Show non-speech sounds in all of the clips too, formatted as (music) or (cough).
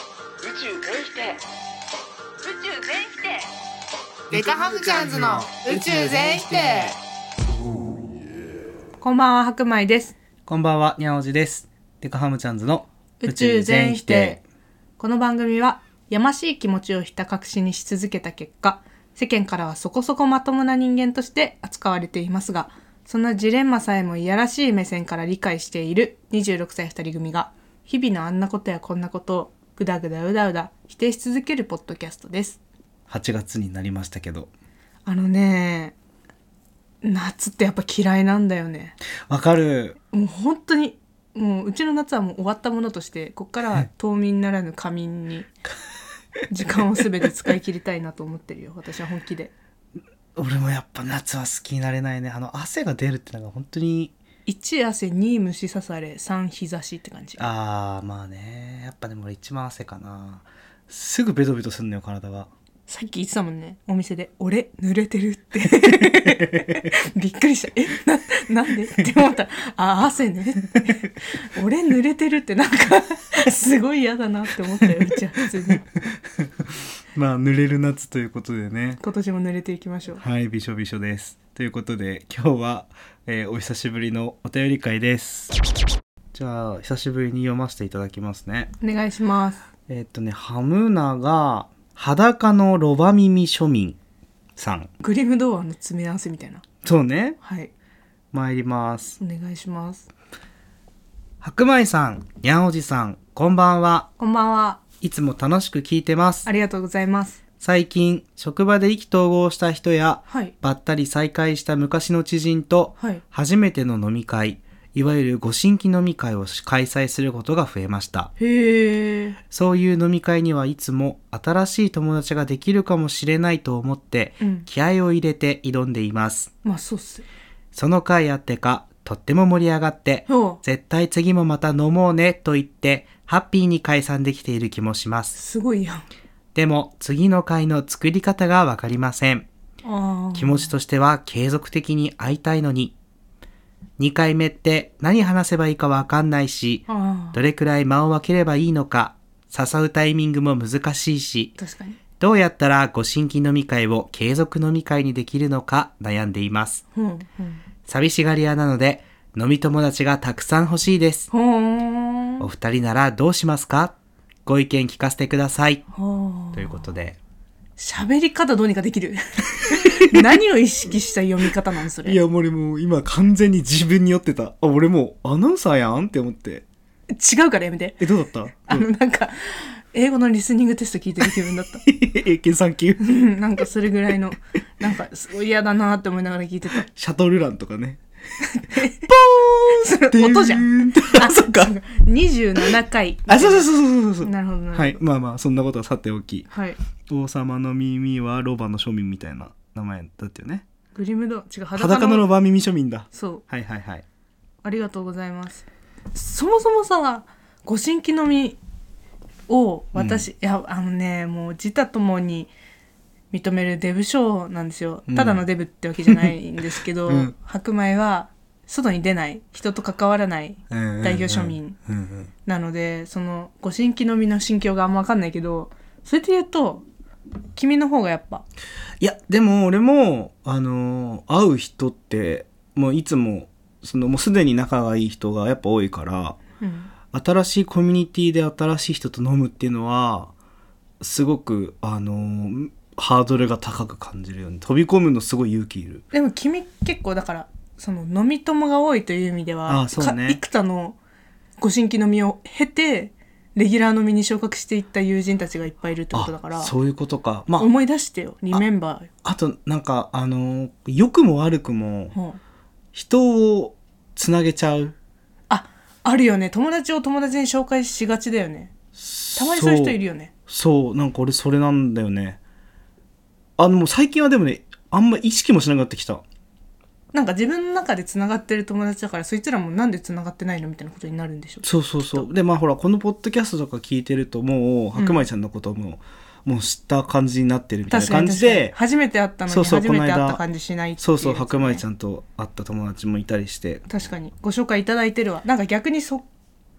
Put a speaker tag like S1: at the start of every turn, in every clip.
S1: 宙全否定宇宙全否定
S2: デカハムチャンズの宇宙全否定
S3: こんばんは、白米です。
S4: こんばんは、にゃおじです。デカハムチャンズの
S3: 宇宙全否定。。この番組は、やましい気持ちをひた隠しにし続けた結果、世間からはそこそこまともな人間として扱われていますが、そのジレンマさえもいやらしい目線から理解している26歳2人組が、日々のあんなことやこんなことをぐだぐだうだうだ否定し続けるポッドキャストです。
S4: 8月になりましたけど。
S3: あのね、夏ってやっぱ嫌いなんだよね。
S4: わかる。
S3: もう本当にもううちの夏はもう終わったものとしてここからは冬眠ならぬ仮眠に時間を全て使い切りたいなと思ってるよ私は本気で
S4: 俺もやっぱ夏は好きになれないね。あの、汗が出るってのが本当に、
S3: 1汗2虫刺され3日差しって感じ
S4: あー、まあね。やっぱでも俺一番汗かな。すぐベトベトすんのよ、体が。
S3: さっき言ってたもんねお店で「俺濡れてる」ってびっくりした「えななんで?」って思った「あ汗ね」「俺濡れてる」ってなんかすごい嫌だなって思ったようちは普通に
S4: まあ、濡れる夏ということでね。
S3: 今年も濡れていきましょう
S4: はい、びしょびしょです。ということで、今日は、えーお久しぶりのお便り会です。じゃあ、久しぶりに読ませていただきますね。
S3: お願いします
S4: えっとね、ハムナが裸のロバ耳庶民さん。
S3: グリムドアの詰め合わせみたいな
S4: そうね。
S3: はい
S4: 参ります。
S3: お願いします
S4: 白米さん、にゃんおじさん、こんばんは。
S3: こんばんはい
S4: つも楽しく聞いてます
S3: あ。りがとうございます
S4: 最近、職場で意気投合した人や、
S3: はい
S4: ばったり再会した昔の知人と、
S3: はい
S4: 初めての飲み会、いわゆるご新規飲み会を開催することが増えました。
S3: へえ
S4: そういう飲み会にはいつも新しい友達ができるかもしれないと思って、
S3: うん
S4: 気合を入れて挑んでいます。
S3: まあそうっす
S4: その回あってか、とっても盛り上がって、
S3: そう
S4: 絶対次もまた飲もうねと言って、ハッピーに解散できている気もします。
S3: すごいやん
S4: でも、次の回の作り方がわかりません。
S3: あ
S4: 気持ちとしては継続的に会いたいのに。2回目って何話せばいいかわかんないし、
S3: あ
S4: どれくらい間を分ければいいのか、誘うタイミングも難しいし、
S3: 確かに
S4: どうやったらご新規飲み会を継続飲み会にできるのか悩んでいます。
S3: ほん
S4: 寂しがり屋なので、飲み友達がたくさん欲しいです。
S3: ほん
S4: お二人ならどうしますかご意見聞かせてください。
S3: ほん
S4: ということで。
S3: 喋り方どうにかで
S4: (laughs)
S3: きる何を意識した読み方なのそれ違う、
S4: 俺もう今完全に自分に酔ってた。あ、俺もうアナウンサーやんって思って。
S3: からやめて
S4: え、どうだった
S3: あのなんか英語のリスニングテスト聞いてる気分だった
S4: (laughs)
S3: (laughs)
S4: 英検3級。
S3: うんなんかそれぐらいのなんかすごい嫌だなって思いながら聞いてた
S4: シャトルランとかね。
S3: それ (laughs) 音じゃん。
S4: ん。あ、そっか。
S3: 27回。
S4: あ、そうそうそうそうそうそう。
S3: なるほどなるほど。
S4: はい。まあまあ、そんなことはさておき。
S3: はい。
S4: 王様の耳はロバの庶民みたいな名前だったよね。
S3: グリムド、違う、裸の
S4: 裸のロバ耳庶民だ。
S3: そう。
S4: はいはいはい。
S3: ありがとうございます。そもそもさ、ご新規のみを私、いや、あのね、もう自他ともに認めるデブ賞なんですよ。
S4: うん
S3: ただのデブってわけじゃないんですけど、
S4: うん
S3: 白米は外に出ない、人と関わらない代
S4: 代
S3: 表庶民。
S4: うんうん。
S3: なのでそのご新規のみの心境があんま分かんないけどそれで言うと君の方がやっぱ
S4: いや、でも俺も、あのー会う人って、もういつも、そのもうすでに仲がいい人がやっぱ多いから、
S3: うん
S4: 新しいコミュニティで新しい人と飲むっていうのは、すごく、あのーハードルが高く感じるよね。飛び込むのすごい勇気いる。
S3: でも君結構だからその飲み友が多いという意味では
S4: あそうね
S3: か幾多のご新規のみを経てレギュラーのみに昇格していった友人たちがいっぱいいるってことだから
S4: あそういうことか。まあ、
S3: 思い出してよリメンバーよ
S4: あと、なんか、あのー良くも悪くも、
S3: ほう
S4: 人をつなげちゃう。
S3: ああるよね友達を友達に紹介しがちだよねたまにそういう人いるよね
S4: そうなんか俺それなんだよねあのもう最近はでもねあんま意識もしなくなってきた
S3: なんか自分の中でつながってる友達だからそいつらもなんでつながってないのみたいなことになるんでしょ
S4: そうそうそうでまあほらこのポッドキャストとか聞いてるともう白米ちゃんのことも、もう知った感じになってるみたいな
S3: 確か
S4: 感
S3: に
S4: じ
S3: 確かに
S4: で
S3: 初めて会ったのに
S4: そうそう
S3: 初めて
S4: この
S3: 会
S4: 間
S3: った感じしないってい
S4: そうそう
S3: やつね
S4: 白米ちゃんと会った友達もいたりして
S3: 確かにご紹介いただいてるわなんか逆にそ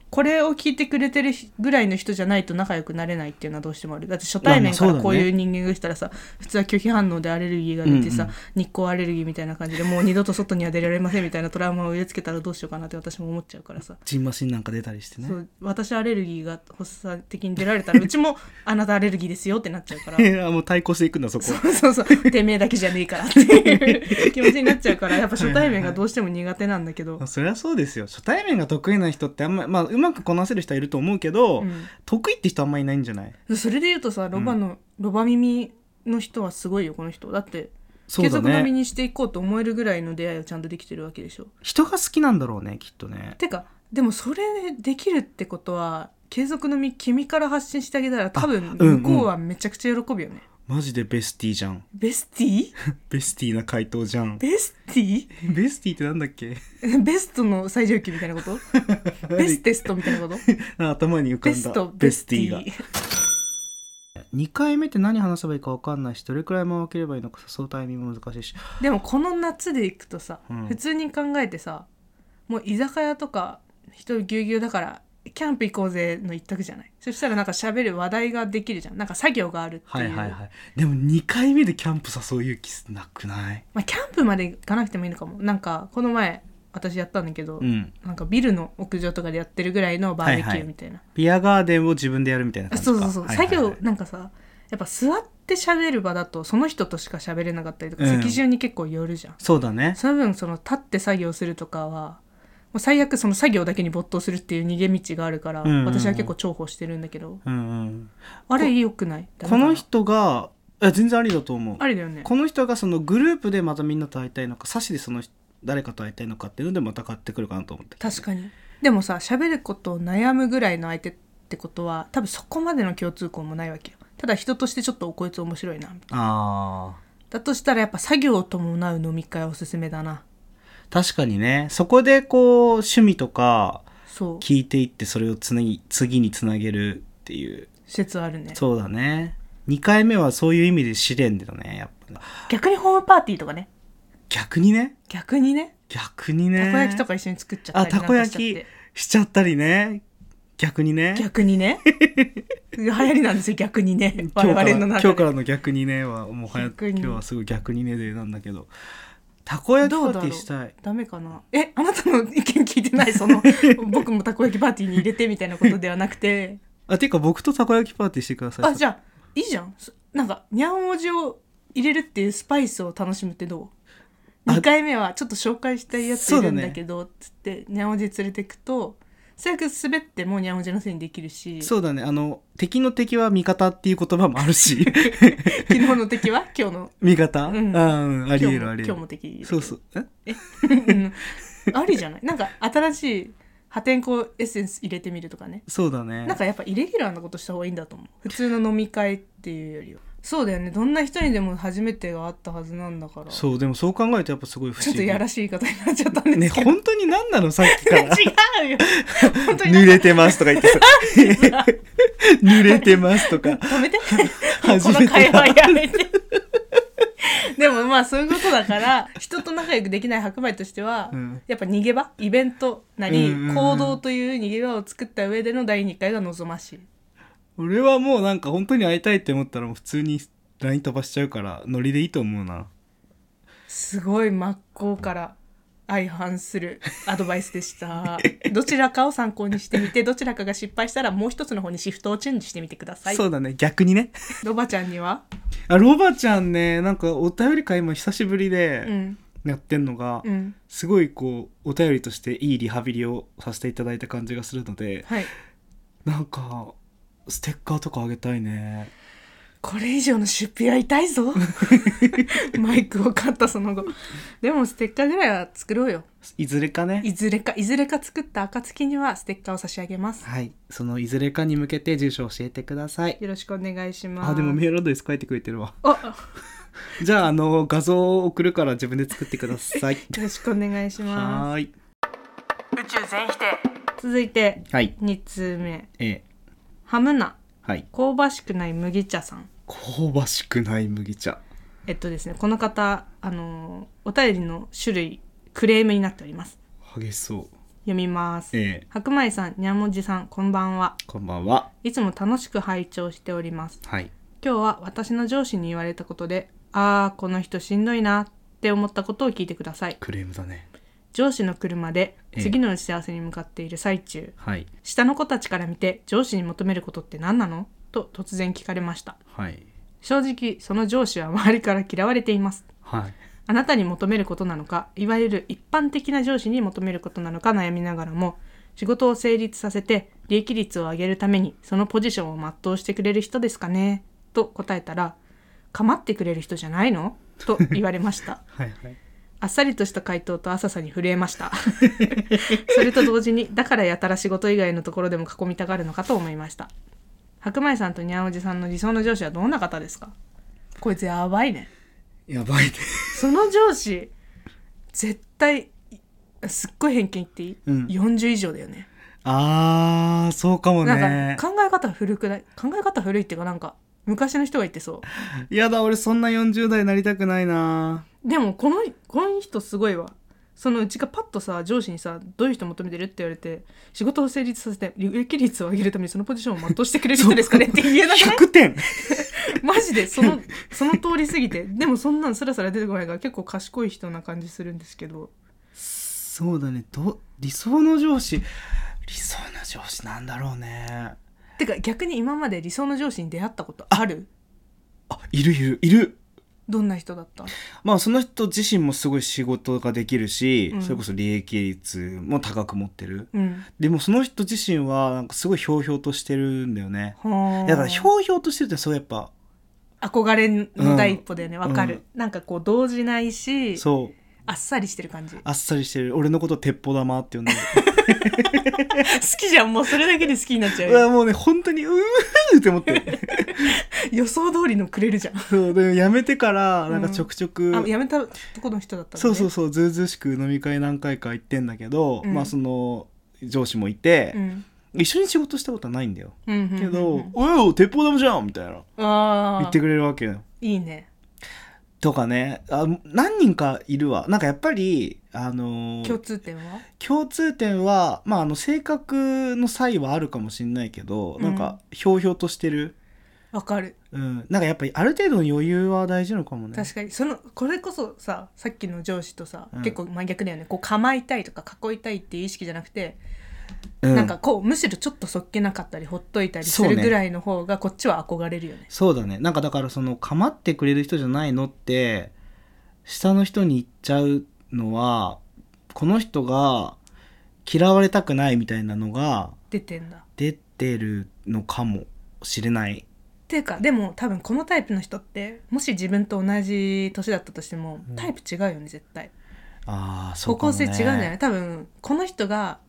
S3: これを聞いてくれてるぐらいの人じゃないと仲良くなれないっていうのはどうしてもあるだって初対面か
S5: まあま
S3: ら
S5: あ
S3: こ
S5: そう
S3: う
S5: だね
S3: いう人間が来たらさ、普通は拒否反応でアレルギーが出てさ、
S5: うんうん
S3: 日光アレルギーみたいな感じでもう二度と外には出られませんみたいなトラウマを植え付けたらどうしようかなって私も思っちゃうからさ、
S5: ジンマシンなんか出たりしてね
S3: そう私アレルギーが発作的に出られたらうちもあなたアレルギーですよってなっちゃうから
S5: い (laughs) やもう対抗していくんだそこは
S3: そうそうそうてめえだけじゃねえからっていう気持ちになっちゃうからやっぱ初対面がどうしても苦手なんだけど
S5: まあ、そりゃそうですよ初対面が得意な人ってあんまり、まあ、うまくこなせる人はいると思うけど、
S3: うん
S5: 得意って人あんまりいないんじゃない
S3: それで言うとさロバの、ロバ耳の人はすごいよこの人だって
S5: そ
S3: 継
S5: うだ
S3: 続並み
S5: ね
S3: にしていこうと思えるぐらいの出会いをちゃんとできてるわけでしょ
S5: 人が好きなんだろうねきっとね
S3: てかでもそれできるってことは継続のみ君から発信してあげたら多分
S5: うんうん
S3: 向こうはめちゃくちゃ喜ぶよね、
S5: マジでベスティじゃん
S3: ベスティ
S5: ベスティな回答
S3: (laughs)
S5: じゃん
S3: ベスティ
S5: ベスティってなんだっけ
S3: ベストの最上級みたいなことベステストみたいなこと
S5: (laughs) 頭に浮か
S3: ベ
S5: ん
S3: ス
S5: だ
S3: ト
S5: ベスティ
S3: ベ
S5: が
S3: スティ
S5: 2回目って何話せばいいか分かんないしどれくらい回ければいいのか誘うタイミングも難しいし
S3: でもこの夏で行くとさ、
S5: うん
S3: 普通に考えてさもう居酒屋とか人ぎゅうぎゅうだからキャンプ行こうぜの一択じゃないそしたらなんか喋る話題ができるじゃんなんか作業があるって、
S5: はいいうはいはいでも2回目でキャンプ誘う勇気なくない
S3: まあ、キャンプまで行かなくてもいいのかもなんかこの前私やったんだけど、
S5: うん
S3: なんかビルの屋上とかでやってるぐらいのバーベキューみたいな、
S5: ビアガーデンを自分でやるみたいな感じか
S3: そうそうそう、
S5: はいはいはい
S3: 作業なんかさやっぱ座って喋る場だとその人としか喋れなかったりとか、
S5: うん
S3: 席順に結構寄るじゃん
S5: そうだね
S3: その分その立って作業するとかはもう最悪その作業だけに没頭するっていう逃げ道があるから、
S5: んうんうん
S3: 私は結構重宝してるんだけど
S5: うんうん
S3: あれ良くない
S5: この人がいや全然ありだと思う
S3: あれだよね
S5: この人がそのグループでまたみんなと会いたいのかサしでその人誰かと会いたいのかっていうのでまた変わってくるかなと思って
S3: 確かにでもさ喋ることを悩むぐらいの相手ってことは多分そこまでの共通項もないわけよただ人としてちょっとこいつ面白いな
S5: あ
S3: だとしたらやっぱ作業を伴う飲み会おすすめだな
S5: ー確かにねそこでこう趣味とか
S3: そう
S5: 聞いていってそれをつなぎ次につなげるっていう
S3: 説あるね
S5: そうだね2回目はそういう意味で試練だよねやっぱ
S3: 逆にホームパーティーとかね
S5: 逆にね
S3: 逆にね
S5: 逆にね
S3: たこ焼きとか一緒に作っちゃった
S5: あ
S3: りな
S5: た
S3: ん
S5: こ
S3: か
S5: 焼
S3: しちゃって
S5: きしちゃったりね逆にね
S3: 逆に
S5: (laughs)
S3: ね流行りなんですよ逆にね
S5: 今
S3: 我
S5: 日から
S3: 々の中
S5: 今
S3: で
S5: 日からの逆にねはもう早く
S3: 逆
S5: 今
S3: に
S5: 日はすぐ逆にねでなんだけどたこ焼きパーティーしたい
S3: ダメかなえあなたの意見聞いて
S5: (laughs)
S3: ないその僕もたこ焼きパーティーに入れてみたいなことではなくて
S5: あていうか僕とたこ焼きパーティーしてください
S3: あじゃあいいじゃんそなんかにゃんおじを入れるっていうスパイスを楽しむってどう
S5: あ
S3: ?2 回目はちょっと紹介したいやつ
S5: そう
S3: い
S5: だ
S3: るん
S5: ね
S3: だけどつってにゃんおじ連れてくと最悪滑ってもにゃんおじのせいにできるし
S5: そうだねあの敵の敵は味方っていう言葉もあ
S3: (laughs)
S5: るし
S3: 昨日の敵は今日の
S5: 味方、
S3: うん
S5: あうん (laughs) あり
S3: 今
S5: え
S3: 日
S5: る
S3: も
S5: ありえ
S3: 今日も
S5: る
S3: 敵だけ
S5: そ
S3: ど
S5: うそうえ
S3: うんありじゃないなんか新しい破天荒エッセンス入れてみるとかね
S5: そうだね
S3: なんかやっぱイレギュラーなことした方がいいんだと思う普通の飲み会っていうよりはそうだよねどんな人にでも初めてがあったはずなんだから
S5: そうでもそう考えるとやっぱすごい不思議
S3: ちょっとやらしい言い方になっちゃったんで
S5: ね
S3: すけど、
S5: 本当に何なのさっき
S3: (laughs)
S5: から
S3: 違うよ本当にな
S5: 濡
S3: んか
S5: れてますとか言ってさ
S3: (laughs)
S5: (laughs) 濡れてますとか
S3: 止めて
S5: 初
S3: こ
S5: めて
S3: の
S5: だ
S3: 会話やめてでもまあそういうことだから人と仲良くできない白米としては、
S5: うん
S3: やっぱ逃げ場イベントなり、
S5: うんうんうん
S3: 行動という逃げ場を作った上での第2回が望ましい
S5: 俺はもうなんか本当に会いたいって思ったらもう普通に LINE 飛ばしちゃうからノリでいいと思うな
S3: すごい真っ向から相反するアドバイスで
S5: (laughs)
S3: した。どちらかを参考にしてみて、どちらかが失敗したらもう一つの方にシフトをチェンジしてみてください。
S5: そうだね逆にね
S3: ロバちゃんには、
S5: あロバちゃんねなんかお便り会今久しぶり
S3: う
S5: で
S3: ん、
S5: やってんのが、
S3: うん、
S5: すごいこうお便りとしていいリハビリをさせていただいた感じがするので
S3: はい。
S5: なんかステッカーとかあげたいね
S3: これ以上の出費は痛い
S5: (laughs)
S3: ぞ。マイクを買ったその後。でもステッカーぐらいは作ろうよ。
S5: いずれかね
S3: いずれか、いずれか作った暁にはステッカーを差し上げます。
S5: はいそのいずれかに向けて住所教えてください
S3: よろしくお願いします。
S5: あでもメールアドレス書いてくれてるわ
S3: あ
S5: じゃああの画像を送るから自分で作ってください
S3: よろし (laughs) くお願いしま
S5: はーい
S2: 宇宙全否定
S3: す。続いて、
S5: はい
S3: 2通目。
S5: えー
S3: ハムナ。
S5: はい
S3: 香ばしくない麦茶さん
S5: 香ばしくない麦茶
S3: えっとですねこの方あのお便りの種類クレームになっております
S5: 激しそう
S3: 読みます、
S5: ええ
S3: 白米さんにゃんもじさんこんばんは
S5: こんばんは。
S3: いつも楽しく拝聴しております
S5: はい。
S3: 今日は私の上司に言われたことでああこの人しんどいなって思ったことを聞いてください
S5: クレームだね。
S3: 上司の車で
S5: ええ
S3: 次の打ち合わせに向かっている最中、
S5: はい。
S3: 下の子たちから見て上司に求めることって何なのと突然聞かれました
S5: はい。
S3: 正直その上司は周りから嫌われています
S5: はい。
S3: あなたに求めることなのかいわゆる一般的な上司に求めることなのか悩みながらも仕事を成立させて利益率を上げるためにそのポジションを全うしてくれる人ですかねと答えたら「構ってくれる人じゃないの?」と言われました
S5: はいはい。
S3: あっさりとした回答と浅さに震えました (laughs) それと同時にだからやたら仕事以外のところでも囲みたがるのかと思いました白米さんとにゃんおじさんの理想の上司はどんな方ですかこいつやばいね
S5: やばいね。
S3: その上司絶対すっごい偏見言っていい、
S5: うん
S3: 40以上だよね
S5: (laughs) あー、そうかも
S3: な
S5: ね
S3: ん。か考え方古くない考え方古いっていうかなんか昔の人が言ってそ
S5: やだ、俺そんな40代になりたくないな。
S3: うでもこのこの人すごいわそのうちがパッとさ上司にさどういう人求めてるって言われて仕事を成立させて利益率を上げるためにそのポジションを全うしてくれる人ですかねって言え (laughs) なくない
S5: 100点
S3: マジでそのその通り過ぎてでもそんなんスラスラ出てこないから結構賢い人な感じするんですけど
S5: そうだね。ど、理想の上司。理想の上司なんだろうね。
S3: てか逆に今まで理想の上司に出会ったことある
S5: あ、いるいる、いる。
S3: どんな人だった
S5: まあその人自身もすごい仕事ができるし、
S3: うん
S5: それこそ利益率も高く持ってる。
S3: うん
S5: でもその人自身はなんかすごいひょうひょうとしてるんだよね。
S3: はあ
S5: だからひょうひょうとしてるってそうやっぱ、
S3: 憧れの第一歩だよねわ、かる、
S5: うん
S3: なんかこう動じないし
S5: そう、
S3: あっさりしてる感じ (laughs) 好
S5: あっさりしてる。俺のことを鉄砲玉って呼んで
S3: きじゃんもうそれだけで好きになっちゃう
S5: る。うわ
S3: よ
S5: もうね、本当に、うーって思って。
S3: (laughs) 予想通りのくれるじゃん
S5: そう、でやめてから、なんかちょくちょく、
S3: あやめたとこの人だったの、ね、
S5: そうそうそう、ずうずうしく飲み会何回か行ってんだけど、
S3: うん
S5: まあその、上司もいて、
S3: ん
S5: 一緒に仕事したことはないんだよ。
S3: うんうんうんうん
S5: けど、おいお、鉄砲玉じゃんみたいな。
S3: ああ
S5: 言ってくれるわけよ。
S3: いいね
S5: とかねあ何人かいるわなんかやっぱり、あのー
S3: 共通点は
S5: 共通点は、まあ、あの性格の差異はあるかもしれないけど、
S3: うん
S5: なんかひょうひょうとしてる、
S3: わかる
S5: うん、なんかやっぱりある程度の余裕は大事なのかもね
S3: 確かにそのこれこそささっきの上司とさ、
S5: うん
S3: 結構真逆だよねこう構いたいとか囲いたいっていう意識じゃなくて
S5: うん、
S3: なんかこうむしろちょっとそっけなかったりほっといたりす
S5: そう
S3: る
S5: ね
S3: ぐらいの方がこっちは憧れるよね。
S5: そうだねなんかだからその構ってくれる人じゃないのって下の人に言っちゃうのはこの人が嫌われたくないみたいなのが
S3: 出てんだ。っ
S5: 出てるのかもしれない
S3: ていうかでも多分このタイプの人ってもし自分と同じ年だったとしても
S5: うん
S3: タイプ違うよね絶対。
S5: ああそ
S3: 方
S5: うかも
S3: 向性違う
S5: ね
S3: んじゃない多分この人が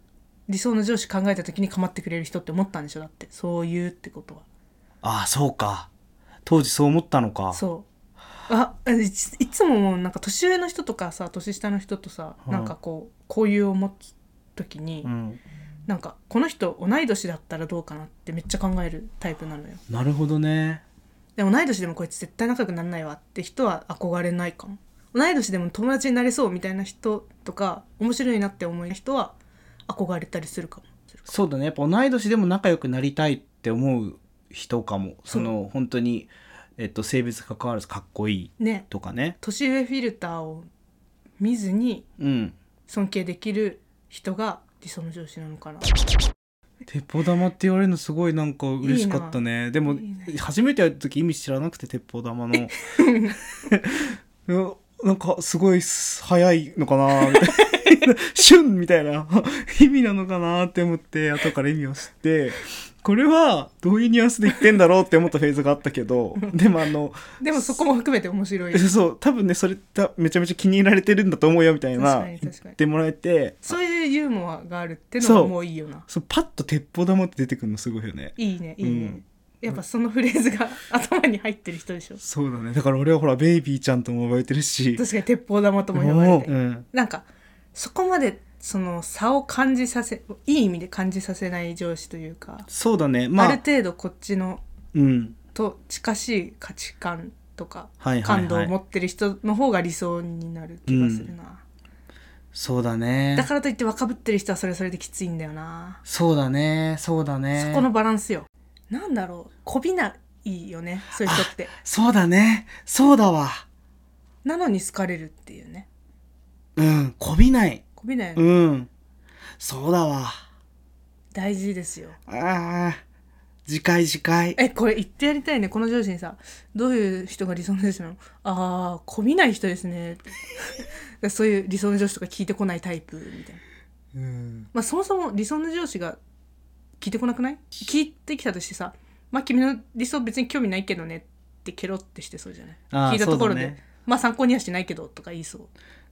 S3: 理想の上司考えた時に構ってくれる人って思ったんでしょだってそういうってこと
S5: ああそうか当時そう思ったの
S3: は。
S5: か
S3: そうあいついつももうなんか年上の人とかさ年下の人とさ、
S5: うん
S3: なんかこうこういうを持つ時に、
S5: ん、
S3: なんかこの人同い年だったらどうかなってめっちゃ考えるタイプなのよ。
S5: なるほどね
S3: で同い年でもこいつ絶対仲良くならないわって人は憧れないかも同い年でも友達になれそうみたいな人とか面白いなって思う人は憧れたりするかも
S5: そうだねやっぱ同い年でも仲良くなりたいって思う人かもその本当にえっと性別関わらずかっこいい
S3: ね
S5: とかね
S3: 年上フィルターを見ずに
S5: うん
S3: 尊敬できる人が理想の上司なの
S5: (laughs)
S3: かな
S5: 鉄砲玉って言われるのすごいなんか嬉しかったねでも
S3: いい
S5: 初めて会った時意味知らなくて鉄砲玉のうん (laughs) なんかすごい早いのかなみたいな (laughs) 旬みたいな意味なのかなって思って後から意味を知ってこれはどういうニュアンスで言ってんだろうって思ったフェーズがあったけどでもあの
S3: でもそこも含めて面白
S5: (laughs)
S3: い
S5: えそう多分ねそれためちゃめちゃ気に入られてるんだと思うよみたい
S3: 確
S5: な
S3: かに
S5: 言
S3: 確かに
S5: ってもらえて
S3: そういうユーモアがあるっての
S5: そ
S3: は
S5: う
S3: もういいよな
S5: そうパッと鉄砲玉って出てくるのすごいよね
S3: いいねいいね、
S5: うん
S3: やっぱそのフレーズが頭に入ってる人でしょ
S5: そうだねだから俺はほらベイビーちゃんとも呼ばれてるし
S3: 確かに鉄砲玉とも呼ばれて
S5: もううん
S3: なんかそこまでその差を感じさせいい意味で感じさせない上司というか、
S5: そうだねまあ
S3: ある程度こっちの
S5: うん
S3: と近しい価値観とか
S5: はいはいは
S3: 感
S5: い
S3: 度を持ってる人の方が理想になる気がするな、
S5: そうだね
S3: だからといって若ぶってる人はそれはそれできついんだよな、
S5: そうだねそうだね
S3: そこのバランスよなんだろうこびないよねそういう人って
S5: そうだねそうだわ
S3: なのに好かれるっていうね
S5: うんこびない
S3: こびないよね、
S5: うんそうだわ
S3: 大事ですよ
S5: あー次回次回
S3: えこれ言ってやりたいねこの上司にさどういう人が理想の上司なのああこびない人ですね (laughs) そういう理想の上司とか聞いてこないタイプみたいな
S5: うん
S3: まあそもそも理想の上司が聞いてこなくない聞いてきたとしてさ「まあ君の理想別に興味ないけどね」ってケロってしてそうじゃない
S5: あー
S3: 聞いたところで、
S5: そうだね
S3: まあ参考にはしてないけど」とか言いそう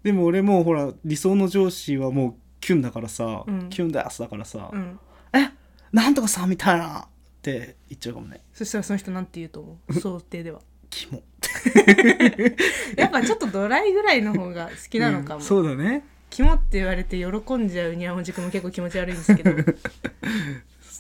S5: でも俺もうほら理想の上司はもうキュンだからさ、
S3: うん
S5: キュンダースだからさ、
S3: うん
S5: えなんとかさんみたいなって言っちゃうかもね
S3: そしたらその人なんて言うと思う想定では (laughs)
S5: キモ
S3: やっぱちょっとドライぐらいの方が好きなのかも、
S5: うんそうだね
S3: キモって言われて喜んじゃうにゃおじくんも結構気持ち悪いんですけど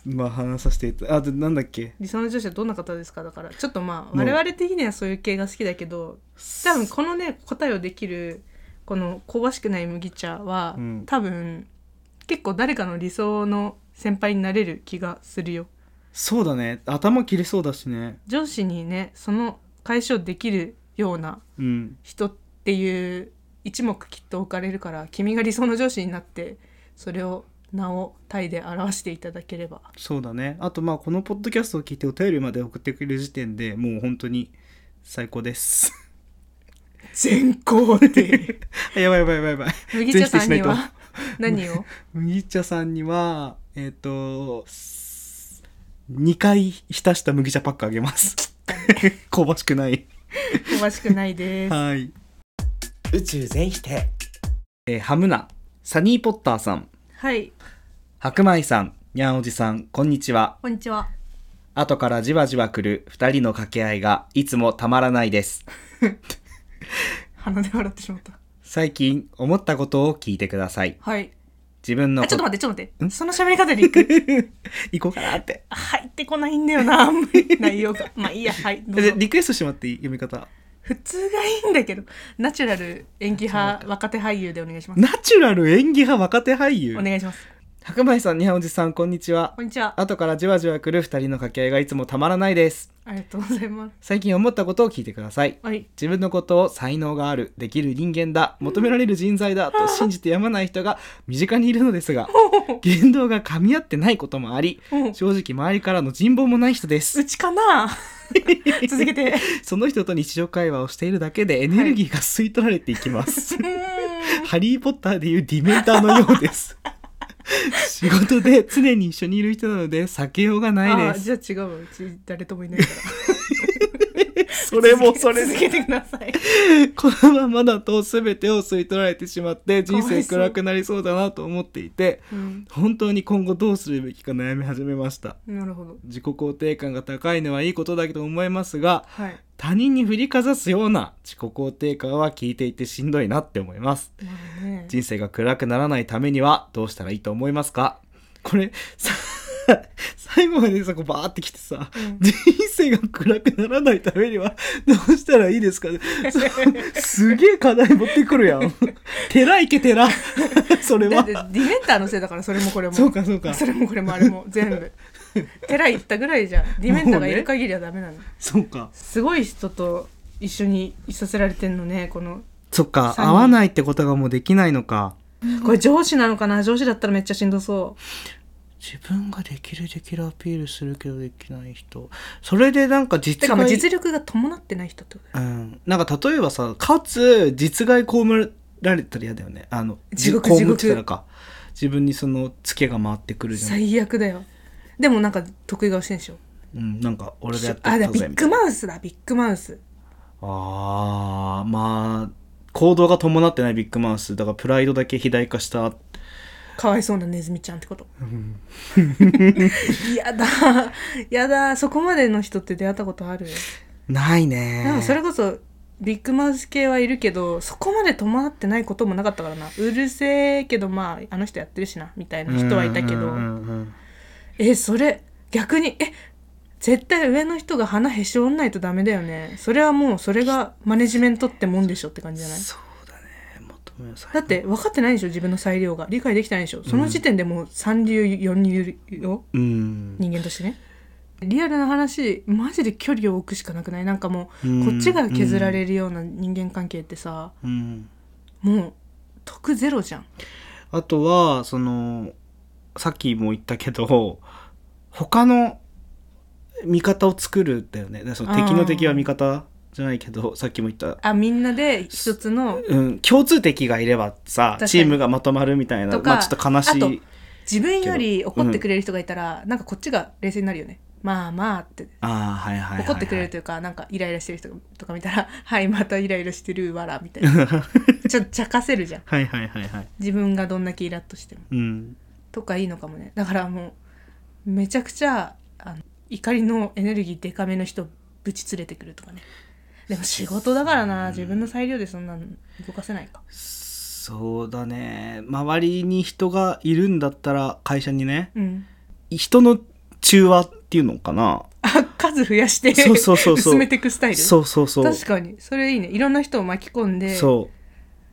S5: まあ話させていたあとなんだっけ
S3: 理想の上司はどんな方ですかだからちょっとまあ
S5: もう
S3: 我々的にはそういう系が好きだけど多分このね答えをできるこの香ばしくない麦茶は、
S5: うん
S3: 多分結構誰かの理想の先輩になれる気がするよ
S5: そうだね頭切れそうだしね
S3: 上司にねその解消できるような
S5: うん
S3: 人っていう一目きっと置かれるから君が理想の上司になってそれを名を体で表していただければ
S5: そうだねあとまあこのポッドキャストを聞いてお便りまで送ってくれる時点でもう本当に最高です
S3: 全校で
S5: (laughs) やばいやばいやばいやばい
S3: 麦茶さんに
S5: 全否定しない
S3: は何を
S5: 麦茶さんにはえっ、と2回浸した麦茶パックあげます香ばしくない
S3: 香ばしくない
S5: (laughs)
S3: です
S5: (laughs) はい宇宙全否定、えーハムナサニーポッターさん
S3: はい
S5: 白米さんにゃんおじさんこんにちは
S3: こんにちは
S5: 後からじわじわ来る2人の掛け合いがいつもたまらないです
S3: 鼻で笑ってしまった
S5: 最近思ったことを聞いてください
S3: はい
S5: 自分の
S3: あ
S5: こ
S3: ちょっと
S5: と
S3: 待ってちょっと待ってその喋り方でいく
S5: 行こうかなって
S3: 入ってこないんだよなあんまり内容がまあいいやはいどう
S5: で
S3: ぞ
S5: リクエストしてもらっていい読み方
S3: 普通がいいんだけどナチュラル演技派若手俳優でお願いします
S5: ナチュラル演技派若手俳優
S3: お願いします
S5: 白米さんにゃんおじさんこんにちは
S3: こんにちは
S5: 後からじわじわ来る2人の掛け合いがいつもたまらないです
S3: ありがとうございます
S5: 最近思ったことを聞いてください
S3: はい
S5: 自分のことを才能があるできる人間だ求められる人材だと信じてやまない人が身近にいるのです (laughs) が言動が噛み合ってないこともあり
S3: うん
S5: 正直周りからの人望もない人です
S3: うちかな
S5: (laughs)
S3: 続けて
S5: その人と日常会話をしているだけでエネルギーが吸い取られていきます、 (laughs)
S3: うーん
S5: ハリー・ポッターでいうディメーターのようです (laughs) 仕事で常に一緒にいる人なので避けようがない
S3: あ
S5: で
S3: じ
S5: す
S3: ゃあ違うわうち誰ともいないから
S5: それもそれ
S3: 続けてください
S5: このままだと全てを吸い取られてしまって人生暗くなりそうだなと思っていて
S3: うん
S5: 本当に今後どうするべきか悩み始めました
S3: なるほど
S5: 自己肯定感が高いのはいいことだけど思いますが
S3: はい
S5: 他人に振りかざすような自己肯定感は聞いていてしんどいなって思います
S3: まあね
S5: 人生が暗くならないためにはどうしたらいいと思いますかこれさ最後までさこうバーってきてさ、
S3: うん
S5: 人生が暗くならないためにはどうしたらいいですかそすげえ課題持ってくるや (laughs) ん寺いけ寺 (laughs) それ
S3: だっ
S5: は
S3: てディメンターのせいだからそれもこれも
S5: そうかそうか
S3: それもこれもあれ
S5: (laughs)
S3: も全部寺行ったぐらいじゃんディメンターがいる限りはダメなの、
S5: そうか
S3: すごい人と一緒にいさせられてんのねこの
S5: そっか
S3: 三人
S5: 合わないってことがもうできないのか
S3: これ上司なのかな上司だったらめっちゃしんどそ
S5: 自分ができるできるアピールするけどできない人それでなんか
S3: う
S5: 実
S3: てかまあ
S5: 害
S3: 実力が伴ってない人ってことだよ
S5: うん、なんか例えばさかつ実害被られたら嫌だよねあの
S3: 地獄
S5: じ
S3: 地獄
S5: 被ってたらか自分にそのツケが回ってくるじゃん、
S3: 最悪だよでもなんか得意顔してんでしょ
S5: うん、なんか俺がやって
S3: あ
S5: た
S3: だ
S5: ぜ
S3: ビ
S5: み
S3: ッ
S5: たい
S3: グ
S5: な
S3: マウスだビッグマウス
S5: あーまあ行動が伴ってないビッグマウスだからプライドだけ肥大化した
S3: かわいそうなネズミちゃんってこと、 (laughs) やだやだそこまでの人って出会ったことある
S5: ないね
S3: でもそれこそビッグマウス系はいるけどそこまで伴ってないこともなかったからなうるせえけどまああの人やってるしなみたいな人はいたけ
S5: う
S3: ど
S5: んうんうん
S3: えそれ逆にえ絶対上の人が花へし折んないとダメだよねそれはもうそれがマネジメントってもんでしょって感じじゃない
S5: そうだね求ごめんなさい
S3: だって分かってないでしょ自分の裁量が理解できてないでしょその時点でもう三流四流よ
S5: うん
S3: 人間としてねリアルな話マジで距離を置くしかなくないなんかもう、
S5: うん
S3: こっちが削られるような人間関係ってさ、
S5: うん
S3: もう得ゼロじゃん
S5: あとはそのさっきも言ったけど他の味方を作るだよねだからその敵の敵は味方じゃないけどさっきも言った
S3: あみんなで一つの
S5: うん、共通敵がいればさ
S3: かに
S5: チームがまとまるみたいな
S3: とか
S5: まあ、ちょっと悲し
S3: あと
S5: い
S3: 自分より怒ってくれる人がいたら、なんかこっちが冷静になるよねまあまあって
S5: ああはいはいはい、はい、
S3: 怒ってくれるというか、なんかイライラしてる人とか見たら (laughs) 「はいまたイライラしてるわら」みたい
S5: (laughs)
S3: なちょっとちゃかせるじゃん
S5: はいはいはいはい
S3: 自分がどんだけイラッとしても
S5: うん
S3: とかいいのかもねだからもうめちゃくちゃあの怒りのエネルギーデカめの人ぶち連れてくるとかねでも仕事だからな自分の裁量でそんなの動かせないか
S5: そうだね周りに人がいるんだったら会社にね
S3: うん
S5: 人の中和っていうのかな
S3: あ (laughs) 数増やして
S5: そうそうそうそ
S3: 薄
S5: う
S3: めていくスタイル
S5: そうそうそう
S3: 確かにそれいいねいろんな人を巻き込んで
S5: そ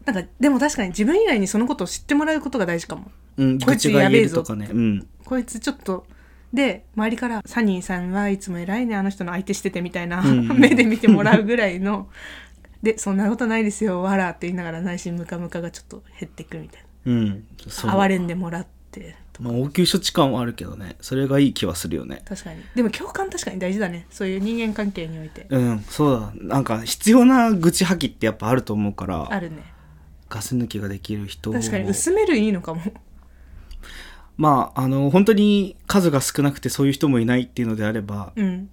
S3: なんかでも確かに自分以外にそのことを知ってもらうことが大事かも
S5: う、うん、
S3: こ
S5: 愚
S3: いつ
S5: 痴が言え
S3: やべえ
S5: る
S3: ぞ
S5: とかねうん
S3: こいつちょっとで周りから「サニーさんはいつも偉いねあの人の相手してて」みたいな、
S5: ん
S3: 目で見てもらうぐらいの「でそんなことないですよわら」って言いながら内心ムカムカがちょっと減ってくみたい
S5: うんそう
S3: な哀れんでもらって
S5: まあ、応急処置感はあるけどねそれがいい気はするよね
S3: 確かにでも共感確かに大事だねそういう人間関係において
S5: うんそうだなんか必要な愚痴吐きってやっぱあると思うから
S3: あるね
S5: ガス抜きができる人を
S3: 確かに薄めるいいのかも
S5: まああの本当に数が少なくてそういう人もいないっていうのであれば、
S3: うん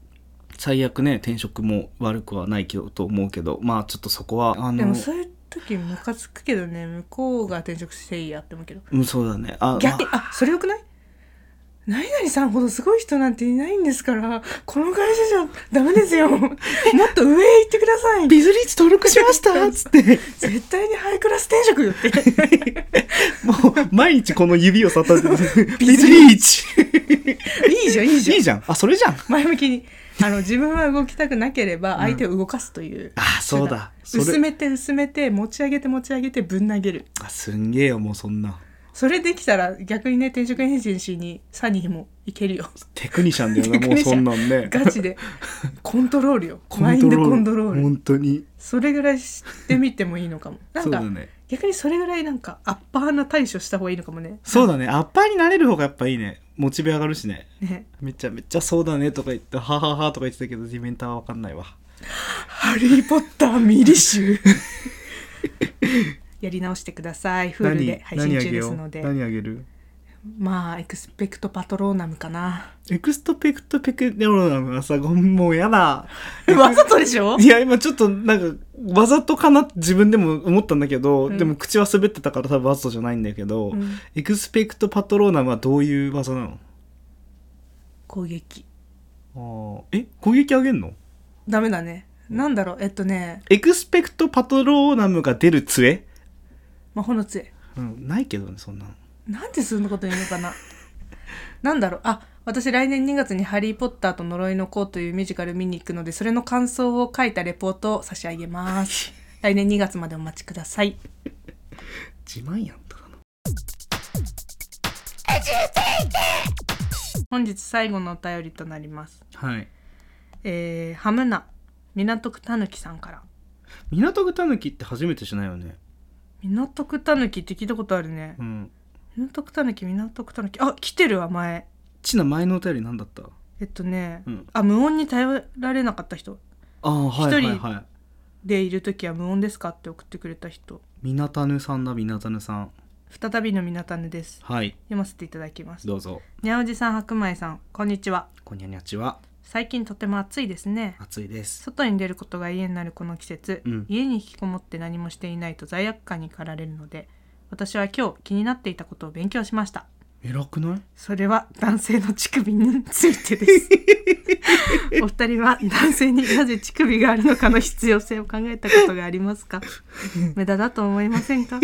S5: 最悪ね転職も悪くはないけどと思うけどまあちょっとそこはあの
S3: でもそういう時ムカつくけどね向こうが転職していいやって思うけど
S5: うんそうだねあ
S3: 逆
S5: まあ
S3: あそれよくない何々さんほどすごい人なんていないんですからこの会社じゃダメです
S5: (laughs)
S3: よもっと上へ行ってください
S5: ビズリーチ登録しましたっつって
S3: (laughs) 絶対にハイクラス転職よ
S5: (laughs)
S3: って
S5: もう毎日この指をさたて
S3: (laughs)
S5: てビズリーチ
S3: いいじゃんいいじゃん
S5: いいじゃんあそれじゃん
S3: 前向きにあの自分は動きたくなければ相手を動かすという、
S5: あそうだそ
S3: 薄
S5: れ
S3: めて薄めて持ち上げて持ち上げてぶん投げる
S5: あすんげえよもうそんな
S3: それできたら逆にね転職エージェンシーにサニーも行けるよ
S5: テクニシャンだよ
S3: テ
S5: な
S3: ク
S5: もう
S3: ニシ
S5: そ
S3: ャン
S5: んなんね
S3: ガチ
S5: (laughs)
S3: でコントロールよ
S5: コ
S3: マイ
S5: ン
S3: ン
S5: ト
S3: ド
S5: ロール
S3: コントロール
S5: 本当に
S3: それぐらいしてみてもいいのかもなん
S5: そう
S3: か
S5: だね
S3: 逆にそれぐらいなんかアッパーな対処した方がいいのかもね
S5: そうだねアッパーになれる方がやっぱいいねモチベ上がるし (laughs) ね
S3: ね
S5: めちゃめちゃそうだねとか言って、はははとか言ってたけど、ディメンターはわかんないわ。
S3: 「ハリー・ポッターミリ
S5: (laughs)
S3: 集」やり直してください Hulu で配信中ですので
S5: 何あげる
S3: まあエクスペクトパトローナムかな (laughs)
S5: エクストペクトペクネロナムはさ、ごめん、もう
S3: (laughs)
S5: やだ。
S3: わざとでし
S5: (laughs)
S3: ょ
S5: いや、今ちょっとなんか、わざとかなって自分でも思ったんだけど、でも口は滑ってたから多分わざとじゃないんだけど、
S3: ん
S5: エクスペクトパトローナムはどういう技なの
S3: 攻撃
S5: あーえ攻撃あげんの
S3: ダメだねなんだろうえっとね、
S5: エクスペクトパトローナムが出る杖、
S3: 魔法の杖
S5: うん、ないけどね、そんなの。
S3: なんでそんなこと言うのかななんだろうあ私来年2月に「ハリー・ポッターと呪いの子」というミュージカル見に行くのでそれの感想を書いたレポートを差し上げます
S5: (laughs)
S3: 来年2月までお待ちください
S5: 自慢やんとかな。
S3: 本日最後のお便りとなります
S5: はい。
S3: えー、ハムナ港区たぬきさんから
S5: 港区たぬきって初めてしないよね。
S3: 港区たぬきって聞いたことあるね
S5: うん。
S3: 港区たぬき港区たぬきあ来てるわ前
S5: ちな前のお便り何だった
S3: えっとね、
S5: うん
S3: あ無音に頼られなかった人
S5: ああはいいはい
S3: はい
S5: はい
S3: でいる時は無音ですかって送ってくれた人
S5: みなたぬさんだみなたぬさん
S3: 再びのみなたぬです
S5: はい
S3: 読ませていただきます
S5: どうぞ
S3: にゃおじさん白米さんこんにちは
S5: こんにゃにゃちは
S3: 最近とても暑いですね
S5: 暑いです
S3: 外に出ることが家になるこの季節、
S5: うん
S3: 家に引きこもって何もしていないと罪悪感に駆られるので私は今日気になっていたことを勉強しました
S5: 偉くない
S3: それは男性の乳首についてですお二人は男性になぜ乳首があるのかの必要性を考えたことがありますか無駄だと思いませんか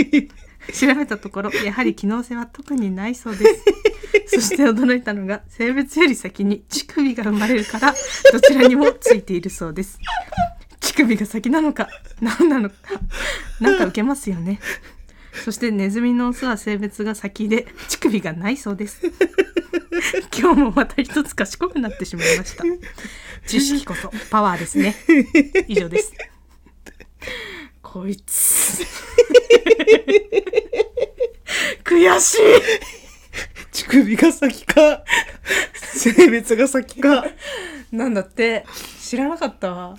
S3: 調べたところやはり機能性は特にないそうですそして驚いたのが性別より先に乳首が生まれるからどちらにもついているそうです乳首が先なのか何なのかなんか受けますよねそしてネズミのオスは性別が先で乳首がないそうです今日もまた一つ賢くなってしまいま
S5: (laughs)
S3: した知識こそパワーですね以上ですこい
S5: (laughs)
S3: つ悔しい
S5: 乳首が先か、性別が先か。
S3: なんだって知らなかった
S5: (laughs)
S3: わ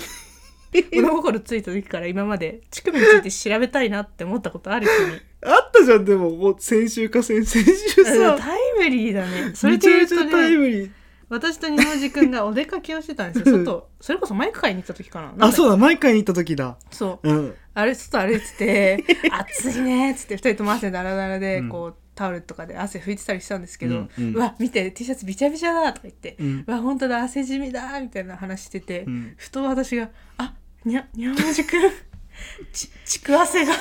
S3: 物心ついた時から今まで乳首について調べたいなって思ったことある
S5: (laughs) あったじゃん、でも、もう先週か先々週
S3: 君タ
S5: さ。
S3: イムリーだねそれ
S5: め
S3: で
S5: ちゃ
S3: 言
S5: め
S3: う
S5: ち
S3: と
S5: ゃタイ
S3: ね
S5: ムリー。
S3: 私と二の字くんがお出かけをしてたんです
S5: う (laughs)
S3: よ
S5: ん
S3: 外それこそマイク買いに行った時かななんか
S5: あ、そうだ、毎回に行った時だ。
S3: そう
S5: うん。
S3: あれ外歩いて
S5: (laughs)
S3: て「暑いね」っつって2人とも汗だらだらで
S5: うん
S3: こう、タオルとかで汗拭いてたりしたんですけど「う
S5: うんうん
S3: わ見て T シャツびちゃびちゃだ」とか言って「
S5: うん
S3: うわ本当だ汗じみだ」みたいな話してて、
S5: (laughs) うん
S3: ふと私が「あにゃにゃまじくんちちく汗が」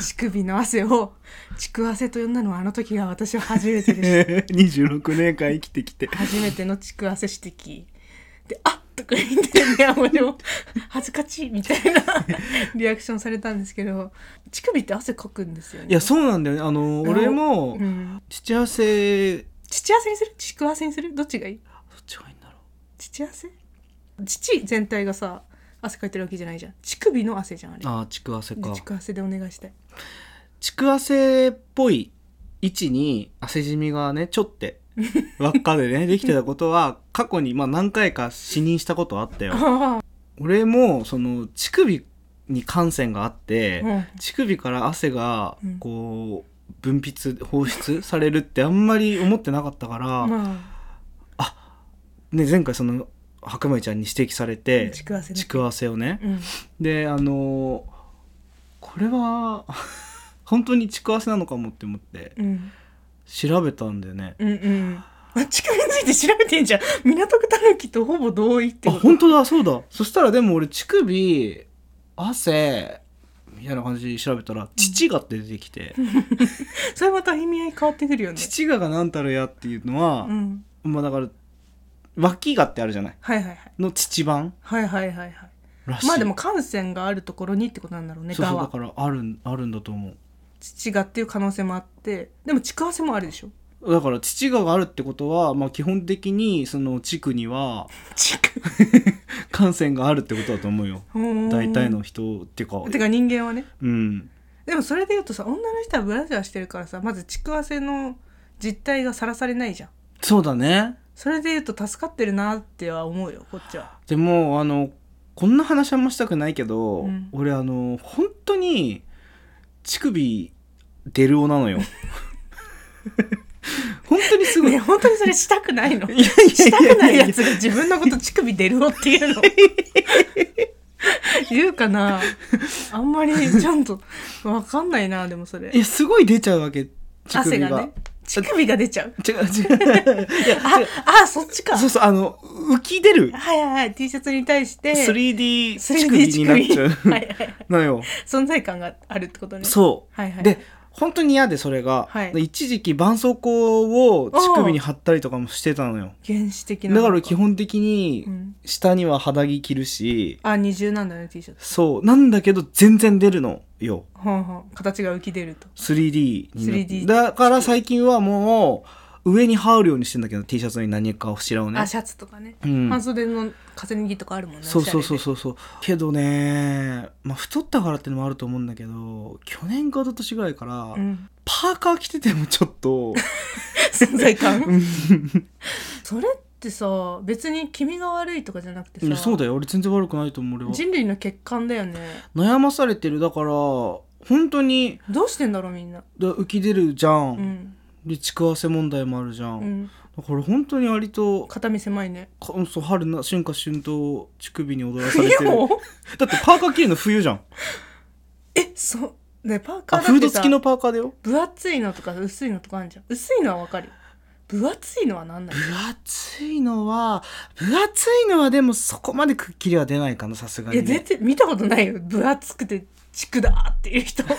S3: 乳首の汗をちく汗と呼んだのはあの時が私は初めてでした
S5: 26年間生きてきて。
S3: 初めてのちくわせ指摘で「あっ!」とか言ってねあんまりも恥ずかしいみたい
S5: (laughs)
S3: なリアクションされたんですけど乳首って汗かくんですよね
S5: いや、そうなんだよね。あの、俺も
S3: う、ん、
S5: 父汗、
S3: 乳汗にするちくわせにするどっちがいい
S5: どっちがいいんだろ
S3: 乳汗乳全体がさ汗かいてるわけじゃないじゃん乳首の汗じゃんあれ
S5: う。ああ、ちくわせ
S3: で
S5: か
S3: ち。くわせでお願いしたい
S5: ちくわせっぽい位置に汗じみがねちょって
S3: (laughs)
S5: 輪っかでねできてたことは過去にまあ何回か視認したことあったよ
S3: あ
S5: 俺もその乳首に感染があっ
S3: (laughs)
S5: て、
S3: うん
S5: 乳首から汗が
S3: うん
S5: こう分泌放出されるってあんまり思ってなかったから、
S3: あま
S5: ね、前回その白米ちゃんに指摘され
S3: あ
S5: て
S3: ちくわせね
S5: ちくわせをね、
S3: うん
S5: であのこれは (laughs) 本当にちくわせなのかもって思って
S3: うん
S5: 調べたんだよね
S3: うんうんあ乳首について調べてんじゃん港区たぬきとほぼ同意って
S5: あ
S3: こと
S5: 本当だそうだそしたらでも俺乳首汗みたいな感じで調べたら「父が」って出てきて
S3: それまた意味合い変わってくるよ
S5: 「
S3: ね
S5: 父が」が何たるやっていうのは
S3: う、ん
S5: まあだから脇がってあるじゃない
S3: はいはいはい
S5: の父版
S3: はいはいはいは
S5: らし
S3: い
S5: い
S3: まあでも感染があるところにってことなんだろうね
S5: そう
S3: が
S5: そうだ
S3: は
S5: からあるんあるんだと思
S3: 父がっていう可能性もあってでもちくわせもあるでしょ
S5: うだから父ががあるってことは、まあ、基本的にその地区には
S3: ちく
S5: 感染があるってことだと思うよ大体の人っていうか
S3: てか人間はね
S5: うん
S3: でもそれで言うとさ女の人はブラジャーしてるからさまずちくわせの実態がさらされないじゃん
S5: そうだね
S3: それで言うと助かってるなっては思うよこっちは
S5: でもあのこんな話あんましたくないけど、
S3: うん
S5: 俺あの本当に乳首出る男な
S3: (laughs)
S5: のよ本当にすごい、
S3: ねえ本当にそれしたくないの
S5: い
S3: したく
S5: やい
S3: な
S5: やい
S3: い
S5: や
S3: や
S5: いや
S3: つが自分のこと乳首出るよっていう
S5: (laughs)
S3: の言うかなあんまりちゃんとわかんないなでもそれ
S5: いやすごい出ちゃうわけ乳
S3: 汗
S5: 首が
S3: がね乳首が出ちゃう
S5: 違う
S3: (laughs)
S5: 違ういや
S3: ああそっちか
S5: そうそうあの浮き出る
S3: はいはいはい T シャツに対して
S5: 3D 乳
S3: 3D
S5: 首になっちゃ
S3: 乳
S5: う
S3: 首はいはいはい
S5: のよ
S3: 存在感があるってことね
S5: そう
S3: はいはい
S5: で本当に嫌でそれが、
S3: はい
S5: で一時期絆創膏を乳首に貼ったりとかもしてたのよ
S3: 原始的な
S5: だから基本的に
S3: うん
S5: 下には肌着着るし、
S3: あ二重なんだね T シャツ
S5: そうなんだけど全然出るのよ
S3: ほんほん形が浮き出ると
S5: 3D にな
S3: 3D
S5: だから最近はもう上に羽織るようにしてんだけど T シャツに何かをしらをね
S3: あシャツとかね
S5: うん
S3: 半袖の重ね着とかあるもんね
S5: そうそうそう
S3: おし
S5: そうそうけどね、まあ、太ったからってのもあると思うんだけど去年か一昨年ぐらいから、
S3: ゃれでうん (laughs)
S5: パーカー着ててもちょっと
S3: 存在感 (laughs) それってさ別に気味が悪いとかじゃなくて
S5: いや
S3: さ
S5: (laughs) そうだよ俺全然悪くないと思う俺は
S3: 人類の欠陥だよね
S5: 悩まされてるだから本当に
S3: どうしてんだろうみんな
S5: だ浮き出るじゃん、
S3: うん、
S5: でちくわせ問題もあるじゃん、
S3: うん、
S5: だから本当に割と
S3: 肩身狭いね
S5: かそう春な春夏春冬乳首に踊ら (laughs) されてる
S3: も
S5: だってパーカー着るの冬じゃん
S3: えそうねパーカ
S5: あ
S3: ーだ
S5: フ
S3: っ
S5: ード
S3: てさ
S5: 付きのパーカーだよ
S3: 分厚いのとか薄いのとかあるじゃん薄いのはわかるよ分厚いのはなんなの
S5: 分厚いのは分厚いのはでもそこまでくっきりは出ないかなさすが
S3: いや
S5: に、ね
S3: 絶、対見たことないよ分厚くてチクだーっていう
S5: (laughs)
S3: 人分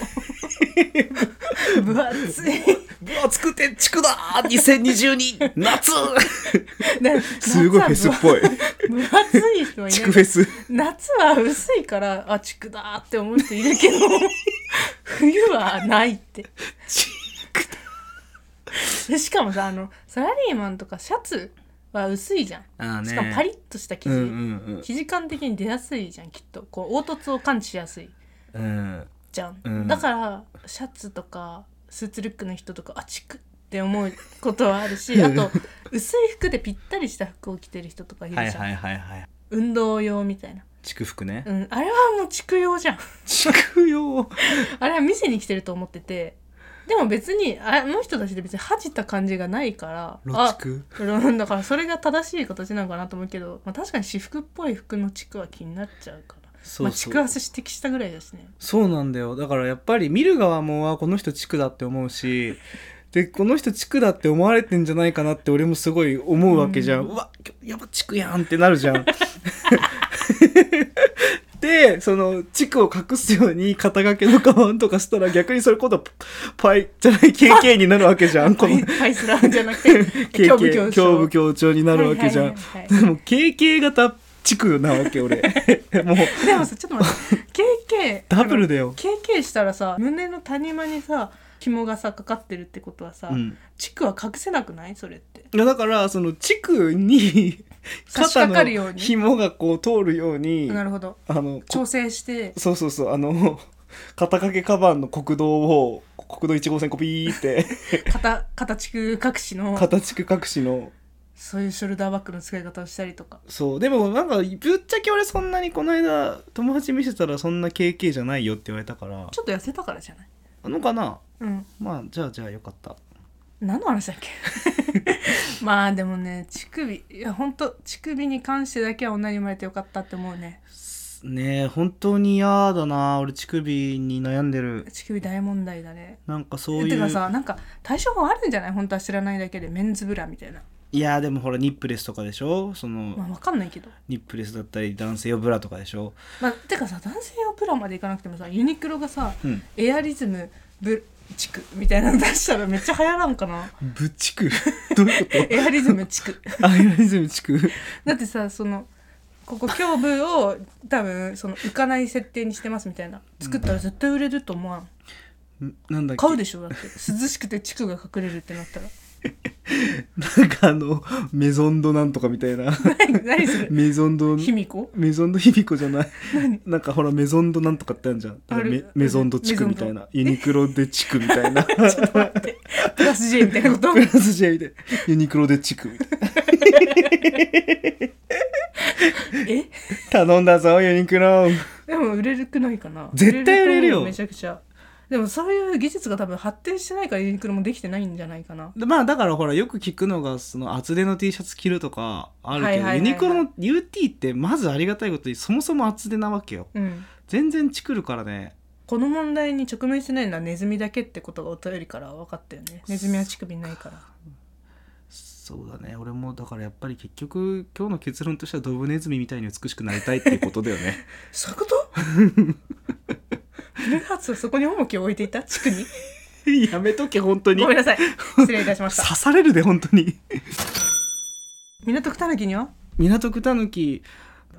S3: 厚い
S5: 分厚くて地区だー2022夏 (laughs)
S3: ね
S5: すごいフェスっぽい
S3: 夏は分厚い人はい
S5: チ
S3: な
S5: ク
S3: い
S5: フェス。
S3: 夏は薄いからあチクだーって思う人いるけど (laughs) 冬はないって
S5: チ
S3: でしかもさあのサラリーマンとかシャツは薄いじゃん、
S5: (laughs) ああね。
S3: しかもパリッとした生
S5: う
S3: 地、
S5: んうん
S3: 生地感的に出やすいじゃんきっとこう凹凸を感知しやすい
S5: うん。うん。
S3: じゃん、
S5: うん
S3: だからシャツとかスーツルックの人とかあチクって思うことはあるしあと薄い服でぴったりした服を着てる人とかいるじゃ
S5: は
S3: ん、
S5: いはいはいはい。
S3: 運動用みたいな、
S5: 祝福ね
S3: う。ん、あれはもう地区用じゃん
S5: 祝よ。
S3: (laughs) あれは店に来てると思っててでも別にあの人たちで別に恥じた感じがないから
S5: ロチ
S3: あ
S5: ク。
S3: うんだからそれが正しい形なのかなと思うけど、まあ、確かに私服っぽい服の地区は気になっちゃうから
S5: そう
S3: まあ、
S5: そ
S3: ち
S5: う
S3: くわす指摘したぐらいだしね
S5: そうなんだよ。だからやっぱり見る側も、あ、この人地区だって思うし、 (laughs) で、この人地区だって思われてんじゃないかなって俺もすごい思うわけじゃん。うわ、やば地区やんってなるじゃん。 (laughs) で、その、地区を隠すように肩掛けのカバンとかしたら逆にそれ今度パパイじゃない KK になるわけ
S3: (laughs)
S5: じゃん。この
S3: パイスラーじゃ
S5: (laughs)
S3: なくて胸部強
S5: KK、胸
S3: 調
S5: 部強調になるわけじゃ
S3: は
S5: ん
S3: いはいはい。
S5: でも KK 型地区なわけ俺。 (laughs) もう、
S3: でもさちょっと待
S5: (laughs)
S3: って KK
S5: ダブルだよ。
S3: KK したらさ胸の谷間にさ紐がさかかってるってことはさ、
S5: うん
S3: チクは隠せなくないそれって
S5: いやだからその地区に
S3: (laughs) 差し掛かるように
S5: 肩の紐がこう通るように
S3: なるほど
S5: あのこ
S3: 調整して
S5: そうそうそうあの (laughs) 肩掛けカバンの国道を国道1号線こうピーって
S3: (laughs) 肩肩チク隠しの
S5: 肩地区隠しの
S3: そういうショルダーバッグの使い方をしたりとか
S5: そうでもなんかぶっちゃけ俺そんなにこの間友達見せたらそんな KK じゃないよって言われたから
S3: ちょっと痩せたからじゃない
S5: あのかな
S3: うん
S5: まあじゃあじゃあよかった
S3: 何の話だっけ (laughs) まあでもね乳首いや本当乳首に関してだけは女に生まれてよかったって思うね
S5: ねえ本当に嫌だな俺乳首に悩んでる
S3: 乳首大問題だね
S5: なんかそういう
S3: てかさなんか対処法あるんじゃない本当は知らないだけでメンズブラみたいな、
S5: いやでもほらニップレスとかでしょその、
S3: まあ、わかんないけど
S5: ニップレスだったり男性用ブラとかでしょ、
S3: まあてかさ男性用ブラまでいかなくてもさユニクロがさ、
S5: うん
S3: エアリズムブチクみたいなの出したらめっちゃ流行らんかな
S5: ぶち (laughs) くどういうこ
S3: (laughs) エアリズムチク
S5: とアイラリズムちく
S3: だってさそのここ胸部を多分その浮かない設定にしてますみたいな作ったら絶対売れると思わん
S5: なんだっけ
S3: 買うでしょだって涼しくて地区が隠れるってなったら (laughs)
S5: なんかあのメゾンドなんとかみたい (laughs) な
S3: 何何それ
S5: メゾンド
S3: 卑弥呼
S5: メゾンドヒビコじゃないなんかほらメゾンドなんとかってあるじゃんだから
S3: あ
S5: メ
S3: る
S5: メゾンド地区みたいなユニクロで地区みたいな
S3: ちょっと待ってプラス J みたいなこと
S5: プラス J でユニクロで地区みたいな
S3: え
S5: 頼んだぞユニクロ
S3: でも売れるくないかな
S5: 絶対売れるよ
S3: と思うめちゃくちゃでもそういう技術が多分発展してないからユニクロもできてないんじゃないかな
S5: でまあだからほらよく聞くのがその厚手の T シャツ着るとかあるけど、
S3: はいはいはいはい
S5: ユニクロの UT ってまずありがたいことにそもそも厚手なわけよ
S3: うん
S5: 全然チクるからね
S3: この問題に直面してないのはネズミだけってことがお便りから分かったよねネズミは乳首ないから
S5: そうだね俺もだからやっぱり結局今日の結論としてはドブネズミみたいに美しくなりたいっていうことだよね
S3: そういうこと (laughs) ルハーツはそこに重きを置いていた地区に
S5: (laughs) やめとけ本当に
S3: ごめん
S5: (laughs)
S3: なさい失礼いたしました
S5: 刺されるで本当に
S3: 港区たぬきには
S5: 港区たぬき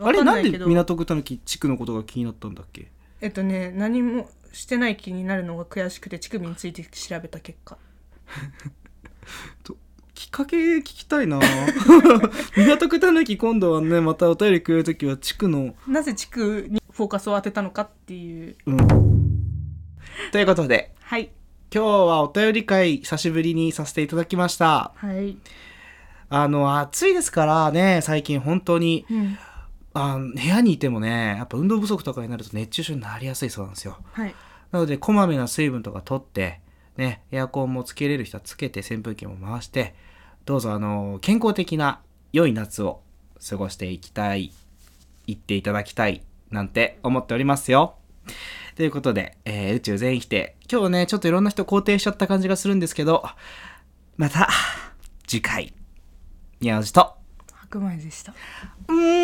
S5: あれ
S3: わか
S5: なん
S3: ない
S5: ん
S3: け
S5: で
S3: ど
S5: 港区たぬき地区のことが気になったんだっけ
S3: えっとね何もしてない気になるのが悔しくて乳首について調べた結果
S5: きっかけ聞きたい (laughs) な港区たぬき今度はねまたお便りくれる時は地区の
S3: なぜ地区にフォーカスを当てたのかっていう
S5: うん。ということで、
S3: はい
S5: 今日はお便り会久しぶりにさせていただきました。
S3: はい、
S5: あの、暑いですからね、最近本当に、
S3: うん、
S5: あの部屋にいてもね、やっぱ運動不足とかになると熱中症になりやすいそうなんですよ。
S3: はい
S5: なので、こまめな水分とか取って、ね、エアコンもつけれる人はつけて、扇風機も回して、どうぞ、あの、健康的な良い夏を過ごしていきたい、行っていただきたい、なんて思っておりますよ。ということで、えー宇宙全員否定。今日ね、ちょっといろんな人肯定しちゃった感じがするんですけど、また、次回、宮内と、
S3: 白米でした
S5: うーん